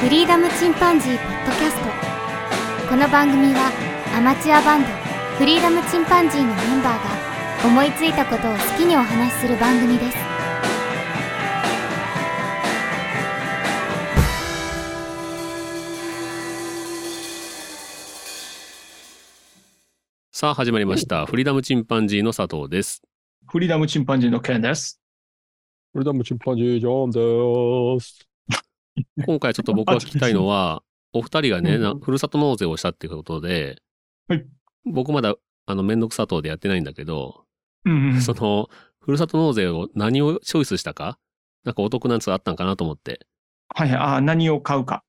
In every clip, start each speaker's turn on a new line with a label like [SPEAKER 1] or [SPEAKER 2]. [SPEAKER 1] フリーダムチンパンジー」ポッドキャストこの番組はアマチュアバンドフリーダムチンパンジーのメンバーが思いついたことを好きにお話しする番組です
[SPEAKER 2] さあ始まりました。フリーダムチンパンジーの佐藤です。
[SPEAKER 3] フリーダムチンパンジーのケンです。
[SPEAKER 4] それでもチンパンジージョーンです。
[SPEAKER 2] 今回ちょっと僕が聞きたいの は、お二人がね、なふるさと納税をしたっていうことで、
[SPEAKER 3] はい
[SPEAKER 2] 僕まだ、あの、めんどくさとでやってないんだけど、
[SPEAKER 3] うんうん
[SPEAKER 2] その、ふるさと納税を何をチョイスしたかなんかお得なやつあったんかなと思って。
[SPEAKER 3] はいはい。ああ、何を買うか。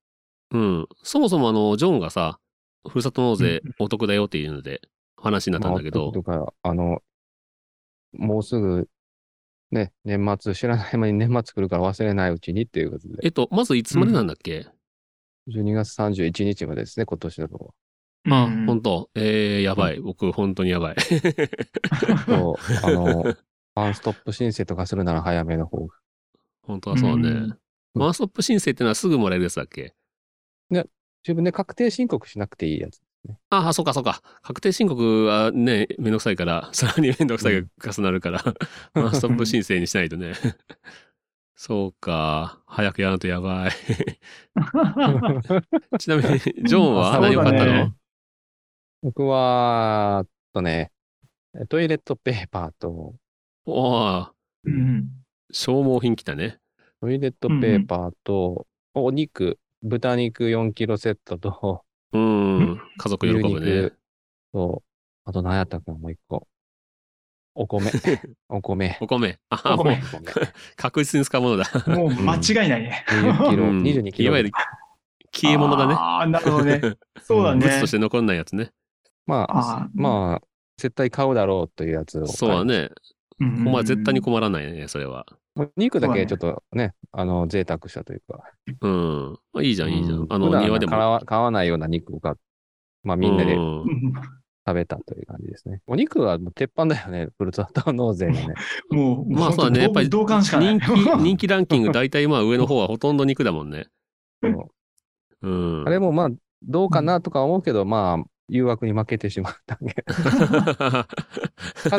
[SPEAKER 2] うん。そもそもあの、ジョンがさ、ふるさと納税
[SPEAKER 3] うん
[SPEAKER 2] お得だよっていうので、話になったんだけ
[SPEAKER 4] まあ
[SPEAKER 2] ど
[SPEAKER 4] と、か、あの、もうすぐ、ね、年末、知らない間に年末来るから忘れないうちにっていうことで、
[SPEAKER 2] えっと、まずいつまでなんだっけ、
[SPEAKER 4] 12月31日までですね、今年 だと。
[SPEAKER 2] あ、
[SPEAKER 3] うん
[SPEAKER 2] 本当えー、やばい。僕、本当にやばい。
[SPEAKER 4] そうあの、ワンストップ申請とかするなら早めの方が。
[SPEAKER 2] 本当はそうだね。
[SPEAKER 3] うん
[SPEAKER 2] ワンストップ申請ってのはすぐもらえるやつだっけ
[SPEAKER 4] 自分で確定申告しなくていいやつ。
[SPEAKER 2] ああ、そうかそうか。確定申告はね、めんどくさいから、 さらにめんどくさいが重なるから、ワンストップ申請にしないとね。そうか。早くやらんとやばい。ちなみに、ジョンは
[SPEAKER 4] そうだね
[SPEAKER 2] 何を買ったの、
[SPEAKER 4] 僕は、えっとね、トイレットペーパーと、
[SPEAKER 2] おー
[SPEAKER 3] うん
[SPEAKER 2] 消耗品来たね。
[SPEAKER 4] トイレットペーパーと、お肉、豚肉4キロセットと、
[SPEAKER 2] うーん。家族喜ぶ
[SPEAKER 4] 牛
[SPEAKER 2] ね。
[SPEAKER 4] 肉そう。あと何やったっけなもう一個。お米。 お米。
[SPEAKER 2] お米。ああ、
[SPEAKER 3] お
[SPEAKER 2] もう
[SPEAKER 3] 米
[SPEAKER 2] 確実に使うものだ。
[SPEAKER 3] もう間違いないね。
[SPEAKER 4] 20キロ、
[SPEAKER 2] うん
[SPEAKER 4] 22キロ。
[SPEAKER 2] いわゆる消え物だね。
[SPEAKER 3] ああ、なるほ どね。そうだね。
[SPEAKER 2] 物として残んないやつね。
[SPEAKER 4] まあ、
[SPEAKER 3] ああ、
[SPEAKER 4] まあ、絶対買うだろうというやつを。
[SPEAKER 2] そうだ。ね。
[SPEAKER 3] あ、
[SPEAKER 2] お前絶対に困らないね、それは。
[SPEAKER 4] お肉だけち
[SPEAKER 3] そ
[SPEAKER 4] ょっとね、あの、贅沢したというか。
[SPEAKER 2] うん。まあ、いいじゃん、いいじゃ
[SPEAKER 4] うんん。
[SPEAKER 2] あの、
[SPEAKER 4] 普段
[SPEAKER 2] 庭で
[SPEAKER 4] 買
[SPEAKER 2] も。
[SPEAKER 4] わ買わないような肉を買っまあ、みんなで
[SPEAKER 2] う
[SPEAKER 4] 食べたという感じですね。お肉はもう鉄板だよね、 フルツアー納税がね。
[SPEAKER 3] もう、
[SPEAKER 2] まあそうだね。やっぱり
[SPEAKER 3] 同感しかない。
[SPEAKER 2] 人気、人気ランキング大体まあ上の方はほとんど肉だもんね。
[SPEAKER 4] そう
[SPEAKER 2] うん。
[SPEAKER 4] あれもまあ、どうかなとか思うけど、まあ、誘惑に負けてしまった んで。家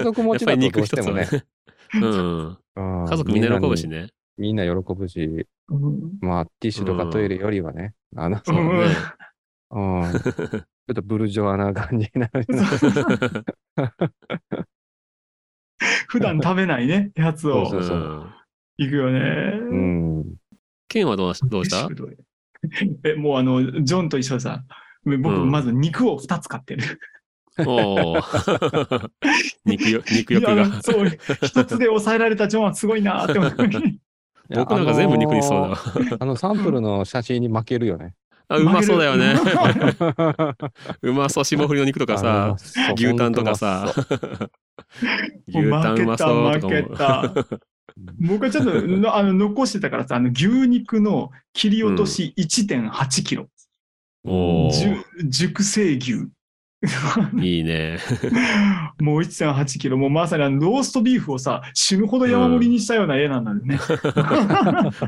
[SPEAKER 4] 族持ちだとどうしても
[SPEAKER 2] や
[SPEAKER 4] ね
[SPEAKER 2] っ。ぱり肉一つはねうん。
[SPEAKER 4] うん
[SPEAKER 2] 家族みんな喜ぶし。ね。
[SPEAKER 4] みんなにみんな喜ぶし、
[SPEAKER 3] うん
[SPEAKER 4] まあ、ティッシュとかトイレよりはね、あの、
[SPEAKER 2] そうだね。
[SPEAKER 4] うん、ちょっとブルジョワな感じになる。
[SPEAKER 3] 普段食べないね、やつを
[SPEAKER 4] そうそう
[SPEAKER 3] いくよね。
[SPEAKER 4] うん。
[SPEAKER 2] ケンはどうしどう した
[SPEAKER 3] 飯食うと え、もうあの、ジョンと一緒でさ、僕、
[SPEAKER 2] うん
[SPEAKER 3] まず肉を2つ買ってる。
[SPEAKER 2] お ー肉よ肉欲
[SPEAKER 3] いや
[SPEAKER 2] が。
[SPEAKER 3] そう、一つで抑えられたジョンはすごいなーって思う。
[SPEAKER 2] 僕なんか全部肉にしそうだ
[SPEAKER 4] あの
[SPEAKER 2] わ
[SPEAKER 4] ー。あの、サンプルの写真に負けるよね。
[SPEAKER 2] あうまそうだよね。
[SPEAKER 3] 負 ける
[SPEAKER 2] うまそう、霜降りの肉とか
[SPEAKER 4] あ
[SPEAKER 2] さ
[SPEAKER 4] の、そう
[SPEAKER 2] 牛タンとかさ。 牛タンうまそうとか
[SPEAKER 3] 負けた
[SPEAKER 2] も。
[SPEAKER 3] 僕はちょっとのあの残してたからさ、あの牛肉の切り落とし1.8キロ、
[SPEAKER 2] お
[SPEAKER 3] じ
[SPEAKER 2] ー
[SPEAKER 3] ゅ熟成牛。
[SPEAKER 2] いいね。
[SPEAKER 3] もう1.8キロ、もうまさにあのローストビーフをさ、死ぬほど山盛りにしたような絵なんだよ ね。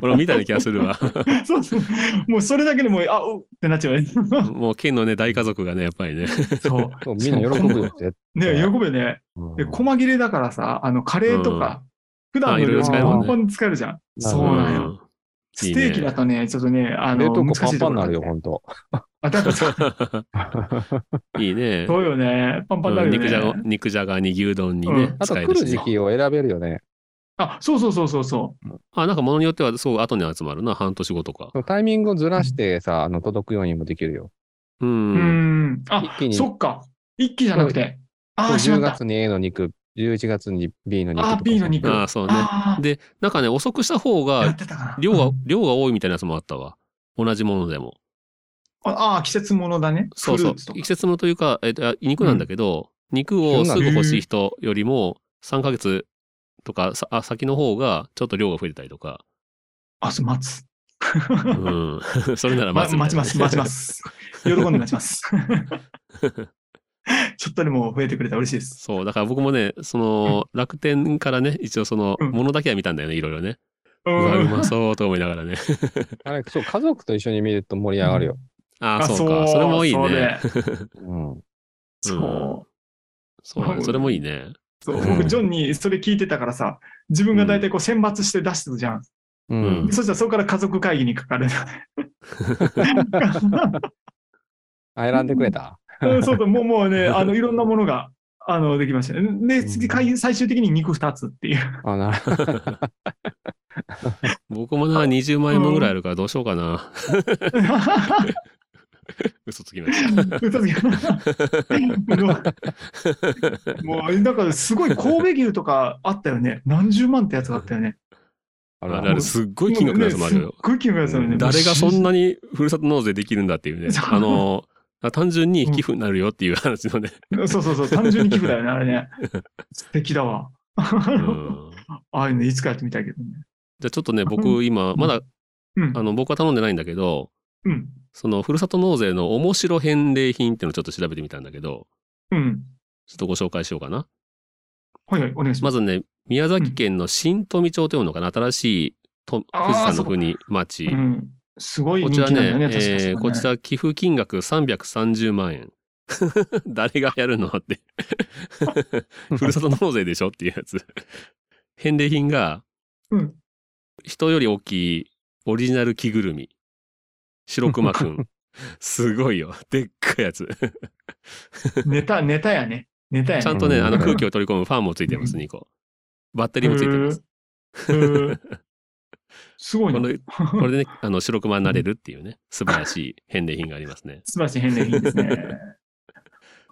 [SPEAKER 2] 俺も見たような気がする わ。
[SPEAKER 3] そうそう。もうそれだけでもう、あおってなっちゃうね。
[SPEAKER 2] もう、県のね、大家族がね、やっぱりね。
[SPEAKER 3] そう。
[SPEAKER 4] そうみんな喜ぶよ、絶
[SPEAKER 3] ね喜ぶよね。で、
[SPEAKER 4] 対
[SPEAKER 3] 細切れだからさ、あの、カレーとか、普
[SPEAKER 2] あい
[SPEAKER 3] 段の
[SPEAKER 2] ろいろ
[SPEAKER 3] 料理
[SPEAKER 4] 使えるもんね
[SPEAKER 3] パンパンに使えるじゃん。そうなんよ。
[SPEAKER 2] いい
[SPEAKER 3] ス
[SPEAKER 2] ね
[SPEAKER 3] テーキだとね、ちょっとね、あ
[SPEAKER 4] 冷
[SPEAKER 3] の、
[SPEAKER 4] 凍庫
[SPEAKER 3] 難
[SPEAKER 4] パ
[SPEAKER 3] し
[SPEAKER 4] ン
[SPEAKER 3] い
[SPEAKER 4] パ
[SPEAKER 3] とこ
[SPEAKER 4] ンに
[SPEAKER 3] ろ
[SPEAKER 4] なる
[SPEAKER 3] だ
[SPEAKER 4] よ、
[SPEAKER 3] って
[SPEAKER 4] 本当。
[SPEAKER 3] あ、だからさ、
[SPEAKER 2] いいね。
[SPEAKER 3] そう よね。パンパンになるよね。
[SPEAKER 2] 肉じゃが、肉じゃがに牛丼にね
[SPEAKER 3] う、
[SPEAKER 4] あと
[SPEAKER 2] 使え
[SPEAKER 4] 来
[SPEAKER 2] るし
[SPEAKER 4] る
[SPEAKER 2] ね
[SPEAKER 4] 時期を選べるよね。
[SPEAKER 3] あ、そうそうそうそうそ
[SPEAKER 2] あ、なんか物によっては、そう、後に集まるな、半年後とか。
[SPEAKER 4] そうタイミングをずらしてさ、あの、届くようにもできるよ。
[SPEAKER 2] う
[SPEAKER 3] う。うー
[SPEAKER 2] ん。
[SPEAKER 3] ん。あ
[SPEAKER 4] 一気、に
[SPEAKER 3] そっか。一気じゃなくて。あー、しま
[SPEAKER 4] 10
[SPEAKER 3] った。
[SPEAKER 4] 月に A の肉、11月に B の肉とか
[SPEAKER 3] あー、
[SPEAKER 4] さ。
[SPEAKER 3] B の肉。
[SPEAKER 2] ああ、そうね。
[SPEAKER 3] あ
[SPEAKER 2] で、なんかね、遅くした方
[SPEAKER 3] あ、やっ
[SPEAKER 2] が、
[SPEAKER 3] てたかな。
[SPEAKER 2] 量が
[SPEAKER 3] う、ん
[SPEAKER 2] 量が多いみたいなやつもあったわ。同じものでも。
[SPEAKER 3] ああー、季節ものだね。
[SPEAKER 2] そうそ
[SPEAKER 3] フル
[SPEAKER 2] う
[SPEAKER 3] ーツと。か
[SPEAKER 2] 季節のというか、えっと、あ肉なんだけど、肉をすぐ欲しい人よりも、3ヶ月とかさあ先の方が、ちょっと量が増えてたりと か。
[SPEAKER 3] あ、そう、待つ。
[SPEAKER 2] う ん。 それなら
[SPEAKER 3] ま
[SPEAKER 2] 待つみたいな
[SPEAKER 3] 待ちます、待ち ま。す。喜んで待ちます。 ちょっとでも増えてくれたら嬉しいです。
[SPEAKER 2] そう、だから僕もね、その、楽天からね、一応その、
[SPEAKER 3] うん
[SPEAKER 2] ものだけは見たんだよね、いろいろね。
[SPEAKER 3] う
[SPEAKER 2] うわ、うんまそうと思いながら ね。
[SPEAKER 4] あれ、そう、家族と一緒に見ると盛り上がるよ。
[SPEAKER 2] ああ、そうか。それもいいね。。
[SPEAKER 4] うん。
[SPEAKER 3] そうれそう。
[SPEAKER 2] そうだねそれもいいね。
[SPEAKER 3] そう
[SPEAKER 4] うん
[SPEAKER 3] 僕、ジョンにそれ聞いてたからさ、自分が大体こう選抜して出してるじゃん。
[SPEAKER 2] う
[SPEAKER 4] う
[SPEAKER 2] ん
[SPEAKER 4] ん。
[SPEAKER 3] そしたらそこから家族会議にか かる。
[SPEAKER 4] あ、選んでくれた。
[SPEAKER 3] うんそうそう、もうもうね、あの、いろんなものが、あの、できましたね。で、次、会最終的に肉2つっ ていう。
[SPEAKER 4] あ、なるほど。
[SPEAKER 2] 僕もな、20万円分ぐらいあるからどうしようかな。 嘘つきました。
[SPEAKER 3] 嘘つきもう、あれなんかすごい神戸牛とかあったよね。何十万ってやつがあったよね。
[SPEAKER 2] あ
[SPEAKER 4] ある
[SPEAKER 2] れあ
[SPEAKER 4] あ
[SPEAKER 2] れ、
[SPEAKER 4] る。
[SPEAKER 2] すっごい金額のやつもある
[SPEAKER 3] ね
[SPEAKER 2] よ
[SPEAKER 3] すっ。ごい金額のやつだよね。
[SPEAKER 2] 誰がそん
[SPEAKER 3] な。
[SPEAKER 2] なにふるさと納税できるんだっていうね
[SPEAKER 3] そ。う
[SPEAKER 2] あの、単純に寄付になるよっていう話 のね。
[SPEAKER 3] そうそうそう、単純に寄付だよね、あれ ね。素敵だわ。
[SPEAKER 2] うん
[SPEAKER 3] ああいうのいつかやってみたいけどね。
[SPEAKER 2] じゃあちょっとね、僕今、まだ、
[SPEAKER 3] うん
[SPEAKER 2] あ。の、僕は頼んでないんだけど、
[SPEAKER 3] うん。
[SPEAKER 2] その、ふるさと納税の面白返礼品っていうのをちょっと調べてみたんだけど、
[SPEAKER 3] うん。
[SPEAKER 2] ちょっとご紹介しようかな。
[SPEAKER 3] はいはい、お願いしま。
[SPEAKER 2] ますずね、宮崎県の新富町というのかな、新しいと
[SPEAKER 3] あー
[SPEAKER 2] 富士山の国、町。
[SPEAKER 3] うん。すごい
[SPEAKER 2] こ
[SPEAKER 3] 人
[SPEAKER 2] ちら
[SPEAKER 3] 気なんだよ
[SPEAKER 2] ね
[SPEAKER 3] ね、、
[SPEAKER 2] えーこ
[SPEAKER 3] 確
[SPEAKER 2] ち
[SPEAKER 3] かに。
[SPEAKER 2] ら寄付金額330万円。 誰がやるの って。ふるさと納税でしょっていうやつ。返礼品が、
[SPEAKER 3] うん
[SPEAKER 2] 人より大きいオリジナル着ぐるみ。白熊く ん。すごいよ。でっかいやつ。
[SPEAKER 3] ネタ、ネタやね。ネタやね。
[SPEAKER 2] ちゃんとね、あの
[SPEAKER 4] うん
[SPEAKER 2] 空気を取り込むファンもついてます、
[SPEAKER 3] うん
[SPEAKER 2] 2個。バッテリーもついてます。
[SPEAKER 3] へー。へーすご い
[SPEAKER 2] こ
[SPEAKER 3] な。
[SPEAKER 2] のこれでね、あの、白熊になれるっていうね、素晴らしい返礼品がありますね。
[SPEAKER 3] 素晴らしい返礼品ですね。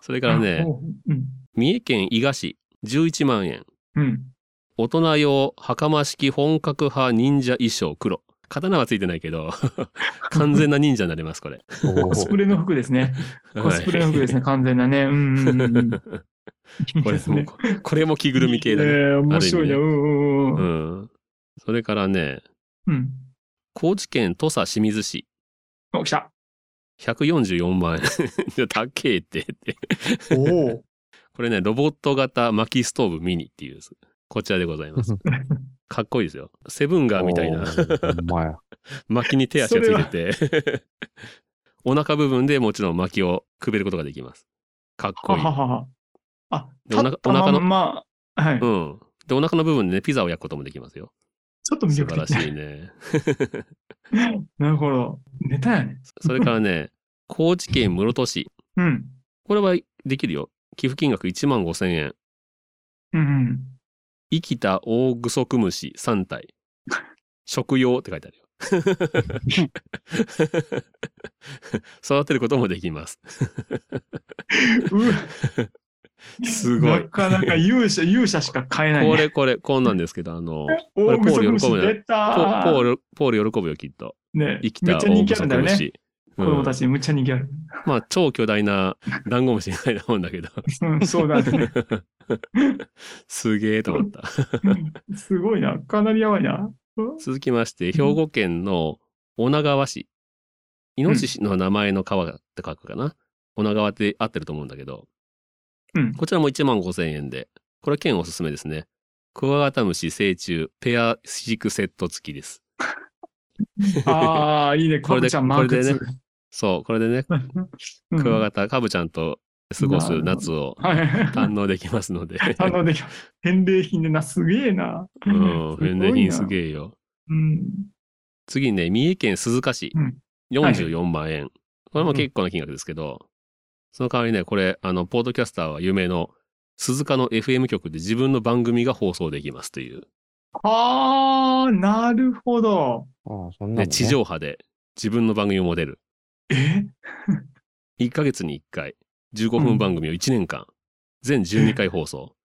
[SPEAKER 2] それ
[SPEAKER 3] だ
[SPEAKER 2] からね、
[SPEAKER 3] うん。
[SPEAKER 2] 三重県伊賀市、11万円。
[SPEAKER 3] うん。
[SPEAKER 2] 大人用袴式本格派忍者衣装黒。刀はついてないけど、 完全な忍者になれます、これ。
[SPEAKER 4] お
[SPEAKER 3] コ
[SPEAKER 4] ー
[SPEAKER 3] スプレの服ですね。 コスプレの服ですね、完全なね。うんうんう んうん。
[SPEAKER 2] これ
[SPEAKER 3] ですね
[SPEAKER 2] も、これも着ぐるみ系だ
[SPEAKER 3] いい
[SPEAKER 2] ね。
[SPEAKER 3] ね面白いね。
[SPEAKER 2] あ
[SPEAKER 3] う
[SPEAKER 2] る
[SPEAKER 3] んうんう。
[SPEAKER 2] うんん。それからね、
[SPEAKER 3] うん。
[SPEAKER 2] 高知県土佐清水市、
[SPEAKER 3] お、来た。
[SPEAKER 2] 144万円。 いや高えってって。
[SPEAKER 3] おお。
[SPEAKER 2] これね、ロボット型薪ストーブミニっていう、こちらでござい ます。かっこいいですよ。セブンガーみたいな
[SPEAKER 4] お。ーほんまや。
[SPEAKER 2] 薪に手足がついてて、お腹部分でもちろん薪をくべることができます。かっこ
[SPEAKER 3] はい
[SPEAKER 2] い。
[SPEAKER 3] はいは。あ、
[SPEAKER 2] でお腹
[SPEAKER 3] 立ったまんま、はい。ち
[SPEAKER 2] う
[SPEAKER 3] ょ
[SPEAKER 2] ん。で、お腹の部分でね、ピザを焼くこともできますよ。
[SPEAKER 3] っと魅
[SPEAKER 2] 素
[SPEAKER 3] 力
[SPEAKER 2] 晴らし
[SPEAKER 3] 的だ
[SPEAKER 2] いね。
[SPEAKER 3] なるほど。ネタやね。
[SPEAKER 2] それからね、高知県室戸市。
[SPEAKER 3] うん。
[SPEAKER 2] これはできるよ。寄付金額1万5千円。
[SPEAKER 3] うんうん。
[SPEAKER 2] 生きた大グソクムシ3体。食用って書いてあるよ。育てることもできます。
[SPEAKER 3] うわ
[SPEAKER 2] す ごい
[SPEAKER 3] な。かなか勇者、勇者しか買えない、ね。
[SPEAKER 2] これこれ、こんなんですけど、あの、
[SPEAKER 3] お
[SPEAKER 2] れ
[SPEAKER 3] ー、
[SPEAKER 2] ポール
[SPEAKER 3] グソ
[SPEAKER 2] 喜
[SPEAKER 3] ク
[SPEAKER 2] ぶ
[SPEAKER 3] ム
[SPEAKER 2] ね
[SPEAKER 3] シ出た
[SPEAKER 2] ポ
[SPEAKER 3] ー
[SPEAKER 2] ポール、ポール喜ぶよ、きっと。
[SPEAKER 3] ね、
[SPEAKER 2] 生き
[SPEAKER 3] め
[SPEAKER 2] た
[SPEAKER 3] っちゃ人気あるんだよ
[SPEAKER 2] 大
[SPEAKER 3] ね。
[SPEAKER 2] 虫
[SPEAKER 3] 子供たちにむっちゃ人気ある。
[SPEAKER 2] うんまあ、超巨大なダンゴムシみたいなもんだけど、
[SPEAKER 3] うん、そうだね。
[SPEAKER 2] すげえと思った。
[SPEAKER 3] うんすごいな。かなりやば いな。
[SPEAKER 2] 続きまして、兵庫県の女川市。イノシシの名前の川って書くかな。女川って合ってると思うんだけど、
[SPEAKER 3] うん。
[SPEAKER 2] こちらも1万5千円で、これは県おすすめですね。クワガタムシ成虫ペア飼育セット付きです。
[SPEAKER 3] ああ、いいね。
[SPEAKER 2] こ
[SPEAKER 3] こ
[SPEAKER 2] れ
[SPEAKER 3] れ
[SPEAKER 2] で
[SPEAKER 3] で、ちゃんマーク2。
[SPEAKER 2] そう、これでね、
[SPEAKER 3] うん
[SPEAKER 2] クワガタ、カブちゃんと過ごす夏を
[SPEAKER 3] はい。
[SPEAKER 2] 堪能できますので。
[SPEAKER 3] 堪能できます。返礼品でな、すげえな。
[SPEAKER 2] うん、返礼品す
[SPEAKER 3] え。
[SPEAKER 2] げえよ。
[SPEAKER 3] うん。
[SPEAKER 2] 次ね、三重県鈴鹿市
[SPEAKER 3] うん、
[SPEAKER 2] 44万円。これも結構な金額ですけど、その代わりね、これ、あの、ポードキャスターは有名の、鈴鹿の FM 局で自分の番組が放送できますという、
[SPEAKER 3] ああ、なるほど。
[SPEAKER 4] あーそんな
[SPEAKER 2] ね、
[SPEAKER 4] のね
[SPEAKER 2] 地上波で自分の番組も出る。
[SPEAKER 3] え
[SPEAKER 2] 1ヶ月に1回、15分番組を1年間、全12回放送。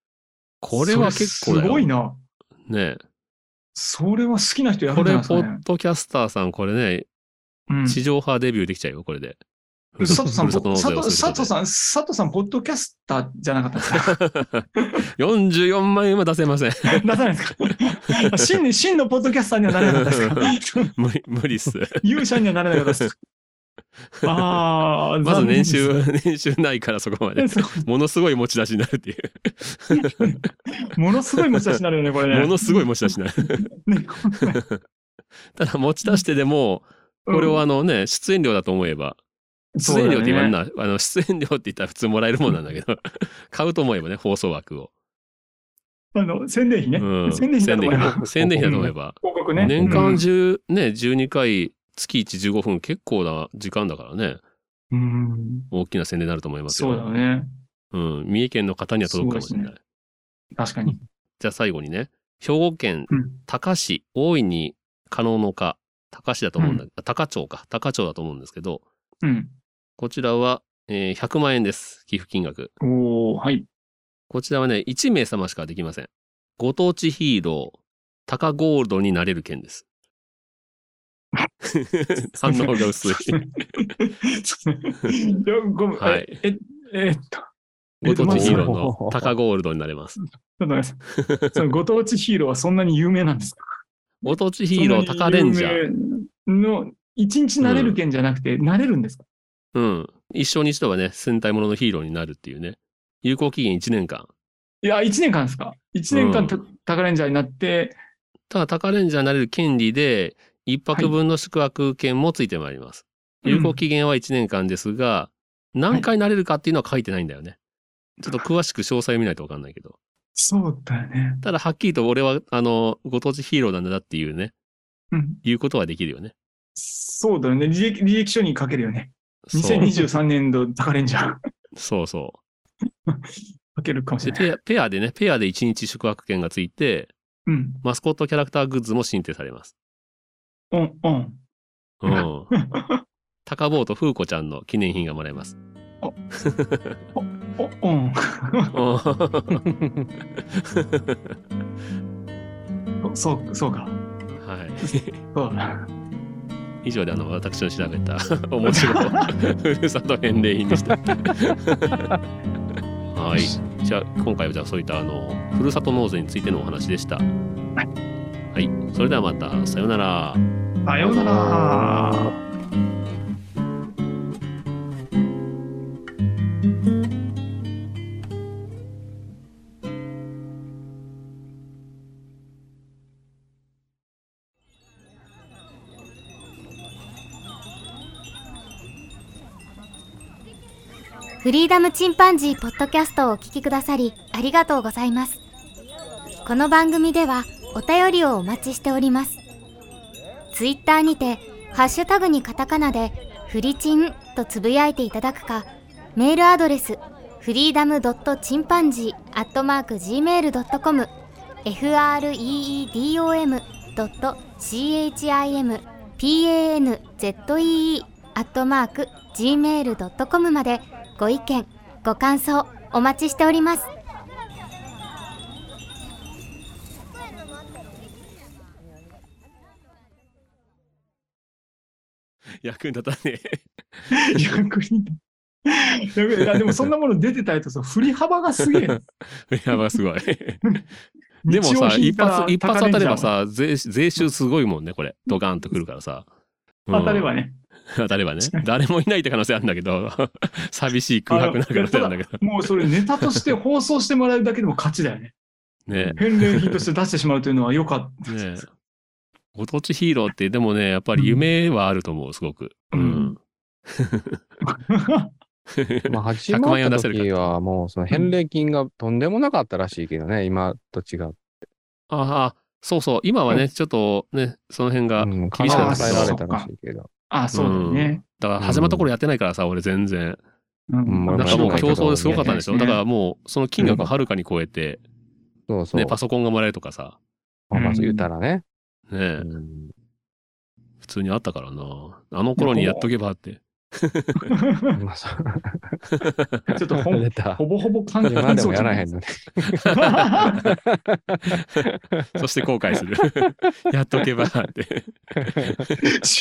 [SPEAKER 2] これは結構
[SPEAKER 3] そ
[SPEAKER 2] だ
[SPEAKER 3] れす
[SPEAKER 2] よ。
[SPEAKER 3] ごいな。
[SPEAKER 2] ね
[SPEAKER 3] それは好きな人やる
[SPEAKER 2] こ
[SPEAKER 3] んじ
[SPEAKER 2] れ、
[SPEAKER 3] ゃ
[SPEAKER 2] ポ
[SPEAKER 3] ないですかね
[SPEAKER 2] ッ。ドキャスターさん、これね、
[SPEAKER 3] うん
[SPEAKER 2] 地上波デビューできちゃうよ、これで。
[SPEAKER 3] 佐藤さん、
[SPEAKER 2] ふる
[SPEAKER 3] 佐
[SPEAKER 2] さと納
[SPEAKER 3] 藤
[SPEAKER 2] 税
[SPEAKER 3] さん、
[SPEAKER 2] をすること
[SPEAKER 3] 佐
[SPEAKER 2] で
[SPEAKER 3] 藤さん、佐藤さん、ポッドキャスターじゃなかったですか
[SPEAKER 2] 44万円は出せません。
[SPEAKER 3] 出さないですか 真 に真のポッドキャスターにはなれなかったですか
[SPEAKER 2] 無理、無理っす。
[SPEAKER 3] 勇者にはなれなかったですか ああ、
[SPEAKER 2] まず
[SPEAKER 3] 残念
[SPEAKER 2] 年
[SPEAKER 3] です
[SPEAKER 2] 収、年収ないからそこまで。
[SPEAKER 3] そう
[SPEAKER 2] ものすごい持ち出しになるっていう。
[SPEAKER 3] ものすごい持ち出しになるよね、これね。
[SPEAKER 2] ものすごい持ち出しになる。
[SPEAKER 3] ねこれね
[SPEAKER 2] ただ持ち出してでも、これをあのね、出演料だと思えば、出演料って言わんな、あの、出演料って言ったら普通もらえるもんなんだけ ど、買うと思えばね、放送枠を。
[SPEAKER 3] あの、宣伝費ね。
[SPEAKER 2] うん。
[SPEAKER 3] 宣伝費だと思えば。
[SPEAKER 2] 宣伝費宣伝費だ と思えば。
[SPEAKER 3] 広告ね。
[SPEAKER 2] 年
[SPEAKER 3] う
[SPEAKER 2] 間
[SPEAKER 3] ん
[SPEAKER 2] 10、ね、12回、月1、15分、結構な時間だからね、
[SPEAKER 3] うん。
[SPEAKER 2] 大きな宣伝になると思いますよ。
[SPEAKER 3] そうだね。
[SPEAKER 2] うん。三重県の方には届くかもしれな
[SPEAKER 3] そ
[SPEAKER 2] い。
[SPEAKER 3] 確かに。
[SPEAKER 2] じゃあ最後にね、兵庫県
[SPEAKER 3] うん
[SPEAKER 2] 高市、大いに可能のか、高市だと思うんだ、高町か、高町だと思うんですけど、
[SPEAKER 3] うん。
[SPEAKER 2] こちらは、えー100万円です。寄付金額。
[SPEAKER 3] おおはい。
[SPEAKER 2] こちらはね、1名様しかできません。ご当地ヒーロー、タカゴールドになれる券です。反応が 薄い。
[SPEAKER 3] そうですねいや ごめん。
[SPEAKER 2] は
[SPEAKER 3] え
[SPEAKER 2] い
[SPEAKER 3] え、えっと、
[SPEAKER 2] ご当地ヒーロー
[SPEAKER 4] えっと
[SPEAKER 2] のタカゴールドになれます。
[SPEAKER 3] ちょっと待ってください そのご当地ヒーローはそんなに有名なんですか
[SPEAKER 2] ご当地ヒーロー、タカレンジャー。
[SPEAKER 3] ー。の、一日なれる件じゃなくて、なれるんですか
[SPEAKER 2] うん。一生に一度はね、戦隊もののヒーローになるっていうね。有効期限1年間。
[SPEAKER 3] いや、1年間ですか ?1 年間
[SPEAKER 2] う
[SPEAKER 3] たタカレンジャーになって、
[SPEAKER 2] ただ、タカレンジャーになれる権利で、一泊分の宿泊券もついてまいります。
[SPEAKER 3] うん
[SPEAKER 2] 有効期限は1年間ですが、何回なれるかっていうのは書いてないんだよね。ちょっと詳しく詳細見ないとわかんないけど。
[SPEAKER 3] そうだよね。
[SPEAKER 2] ただ、はっきりと俺は、あの、ご当地ヒーローなんだっていうね、
[SPEAKER 3] うん。
[SPEAKER 2] いうことはできるよね。
[SPEAKER 3] そうだよね。履歴履歴書に書けるよね。
[SPEAKER 2] そう。
[SPEAKER 3] 2023年度タカレンジャー
[SPEAKER 2] そうそ
[SPEAKER 3] 書けるかも
[SPEAKER 2] う。
[SPEAKER 3] し
[SPEAKER 2] で、
[SPEAKER 3] れない。
[SPEAKER 2] ペア、ペアでね、ペアで1日宿泊券がついて、
[SPEAKER 3] うん。
[SPEAKER 2] マスコットキャラクターグッズも申請されます。
[SPEAKER 3] うん、うん。
[SPEAKER 2] うん。 高坊と風子ちゃんの記念品がもらえます。
[SPEAKER 3] お、うん。
[SPEAKER 2] は
[SPEAKER 3] おそう、そうか。そうだ。
[SPEAKER 2] い。以上であの私の調べた 面 白いふるさと返礼品でした。はい。じゃあ今回はじゃあそういったあのふるさと納税についてのお話でした。はい。それではまたさようなら。
[SPEAKER 3] さようなら。
[SPEAKER 1] フリーダムチンパンジーポッドキャストをお聞きくださりありがとうございます。この番組ではお便りをお待ちしております。ツイッターにてハッシュタグにカタカナでフリチンとつぶやいていただくか、メールアドレスフリーダムドットチンパンジーアットマーク gmail.com freedom ドット chim panzee アットマーク gmail.com までご意見、ご感想お待ちしております。
[SPEAKER 2] 役に立たねえ。
[SPEAKER 3] 逆に。逆にあでもそんなもの出てたりとさ、振り幅がすげえ。
[SPEAKER 2] やばいすご い。 でもさ、
[SPEAKER 3] 日用品
[SPEAKER 2] 一
[SPEAKER 3] から
[SPEAKER 2] 発、一発当たれば
[SPEAKER 3] 高
[SPEAKER 2] さ、税税収すごいもんね、これ。ドカンとくるからさ。
[SPEAKER 3] 値段は、当た
[SPEAKER 2] ね
[SPEAKER 3] ればね、
[SPEAKER 2] 当たればね。誰もいないって可能性あるんだけど、 寂しい空白な可能性あるんだけど。
[SPEAKER 3] もうそれネタとして放送してもらえるだけでも勝ちだよね。
[SPEAKER 2] ね
[SPEAKER 3] 返礼品として出してしまうというのは良かっ
[SPEAKER 2] え。ねえご当地ヒーローって、でもね、やっぱり夢はあると思う、すごく。うん。
[SPEAKER 3] た。
[SPEAKER 4] まあ、8
[SPEAKER 2] 100万
[SPEAKER 4] 万
[SPEAKER 2] 円
[SPEAKER 4] 円
[SPEAKER 2] は
[SPEAKER 4] の
[SPEAKER 2] 出せるか
[SPEAKER 4] 時はもうその返礼金がとんでもなかったらしいけどね、今と違う。
[SPEAKER 2] ああ、そうそう。今はね、ちょっとね、その辺が、
[SPEAKER 4] うん、
[SPEAKER 2] 厳
[SPEAKER 4] 金
[SPEAKER 2] し
[SPEAKER 4] が
[SPEAKER 2] かった
[SPEAKER 4] 抑えられたらしいけど。
[SPEAKER 3] あ、そうだね。
[SPEAKER 2] だから始まった頃やってないからさ、俺全然。
[SPEAKER 3] うん
[SPEAKER 4] うん
[SPEAKER 2] なんかもう競争ですごかったんでしょ。
[SPEAKER 3] ね
[SPEAKER 2] だからもう、その金額をはるかに超えて、
[SPEAKER 4] そうそう。
[SPEAKER 2] ね、パソコンがもらえるとかさ、
[SPEAKER 4] まあまあそう言ったらね。
[SPEAKER 2] ね
[SPEAKER 4] う
[SPEAKER 2] え、
[SPEAKER 4] ん
[SPEAKER 2] 普通にあったからな。あの頃にやっとけばって。
[SPEAKER 4] まあそう。
[SPEAKER 3] ちょっとほ ん
[SPEAKER 4] 出た
[SPEAKER 3] ほ。ぼほぼ感じ
[SPEAKER 4] 今でもやらへんのね。
[SPEAKER 2] そして後悔する。やっとけばって。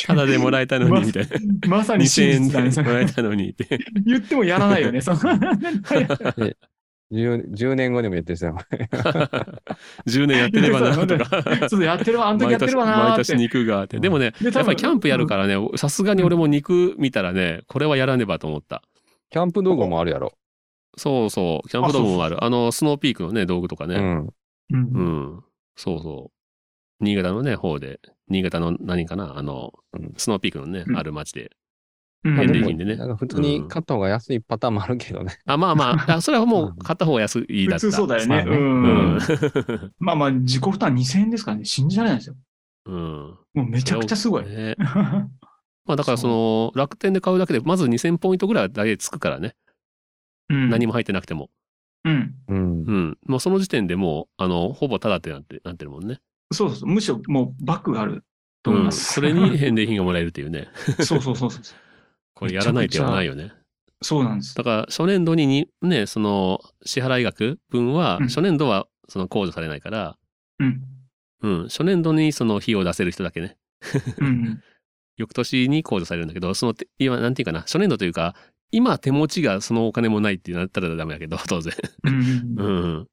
[SPEAKER 2] ただでもらえたのに、みたいな。
[SPEAKER 3] まさに
[SPEAKER 2] 2000
[SPEAKER 3] 真
[SPEAKER 2] 円
[SPEAKER 3] 実だね。そ
[SPEAKER 2] でもらえ
[SPEAKER 3] れ
[SPEAKER 2] たのにって。
[SPEAKER 3] 言ってもやらないよね。その
[SPEAKER 4] で 10, 10年後にも言ってる人だもん
[SPEAKER 2] 10年やってればなと
[SPEAKER 3] ちょ
[SPEAKER 2] か
[SPEAKER 3] っ。とやってるわ、あの時
[SPEAKER 2] 毎
[SPEAKER 3] やって
[SPEAKER 2] 年
[SPEAKER 3] るわな
[SPEAKER 2] 毎
[SPEAKER 3] ーっ
[SPEAKER 2] 年
[SPEAKER 3] て。
[SPEAKER 2] 肉があって。でもね、
[SPEAKER 3] で多分
[SPEAKER 2] やっぱりキャンプやるからね、さすがに俺も肉見たらね、これはやらねばと思った。
[SPEAKER 4] キャンプ道具もあるやろ。
[SPEAKER 2] そうそう、キャンプ道具もある。あの、スノーピークのね、道具とか
[SPEAKER 4] う
[SPEAKER 2] ね。
[SPEAKER 4] ん。
[SPEAKER 3] う
[SPEAKER 2] うんん。そうそう。新潟のね、方で、新潟の何かな、あの
[SPEAKER 4] うん、
[SPEAKER 2] スノーピークのね
[SPEAKER 3] う、ん
[SPEAKER 2] ある町で。
[SPEAKER 3] うん
[SPEAKER 4] まあ
[SPEAKER 2] 返
[SPEAKER 4] で
[SPEAKER 2] 礼
[SPEAKER 4] も
[SPEAKER 2] 品でね
[SPEAKER 4] なんか普通に買った方が安いパターンもあるけどね。
[SPEAKER 2] あ、まあまああ、それはもう買った方が安いだ
[SPEAKER 3] 普
[SPEAKER 2] った。
[SPEAKER 3] 通そうだよね。
[SPEAKER 4] まあ
[SPEAKER 3] う
[SPEAKER 4] ね
[SPEAKER 2] うん
[SPEAKER 3] ん。。
[SPEAKER 2] う
[SPEAKER 3] まあまあ、自己負担2000円ですからね、信じられないですよ。
[SPEAKER 2] ん。
[SPEAKER 3] もうめちゃくちゃすごい。
[SPEAKER 2] ねまあだからその、楽天で買うだけで、まず2000ポイントぐらいだけつくからね。 何
[SPEAKER 3] も。
[SPEAKER 2] も入ってなくても。
[SPEAKER 3] うん。
[SPEAKER 4] うん。
[SPEAKER 2] うん。もうその時点でもう、あの、ほぼタダってなって、なってるもんね。
[SPEAKER 3] そうそうそう。むしろもうバックがあると思いま
[SPEAKER 2] ん。
[SPEAKER 3] す。
[SPEAKER 2] それに。返礼品がもらえるっていうね。
[SPEAKER 3] そうそうそうそう。
[SPEAKER 2] これやらない手はないよね。
[SPEAKER 3] そうなんです。
[SPEAKER 2] だから初年度ににね、その支払い額分は、
[SPEAKER 3] うん
[SPEAKER 2] 初年度はその控除されないから、
[SPEAKER 3] うん。
[SPEAKER 2] うん、初年度にその費用を出せる人だけね、
[SPEAKER 3] うん。
[SPEAKER 2] 翌年に控除されるんだけど、そのて、今、なんていうかな、初年度というか、今手持ちがそのお金もないってなったらダメだけど、 当然。
[SPEAKER 3] うん
[SPEAKER 2] うん。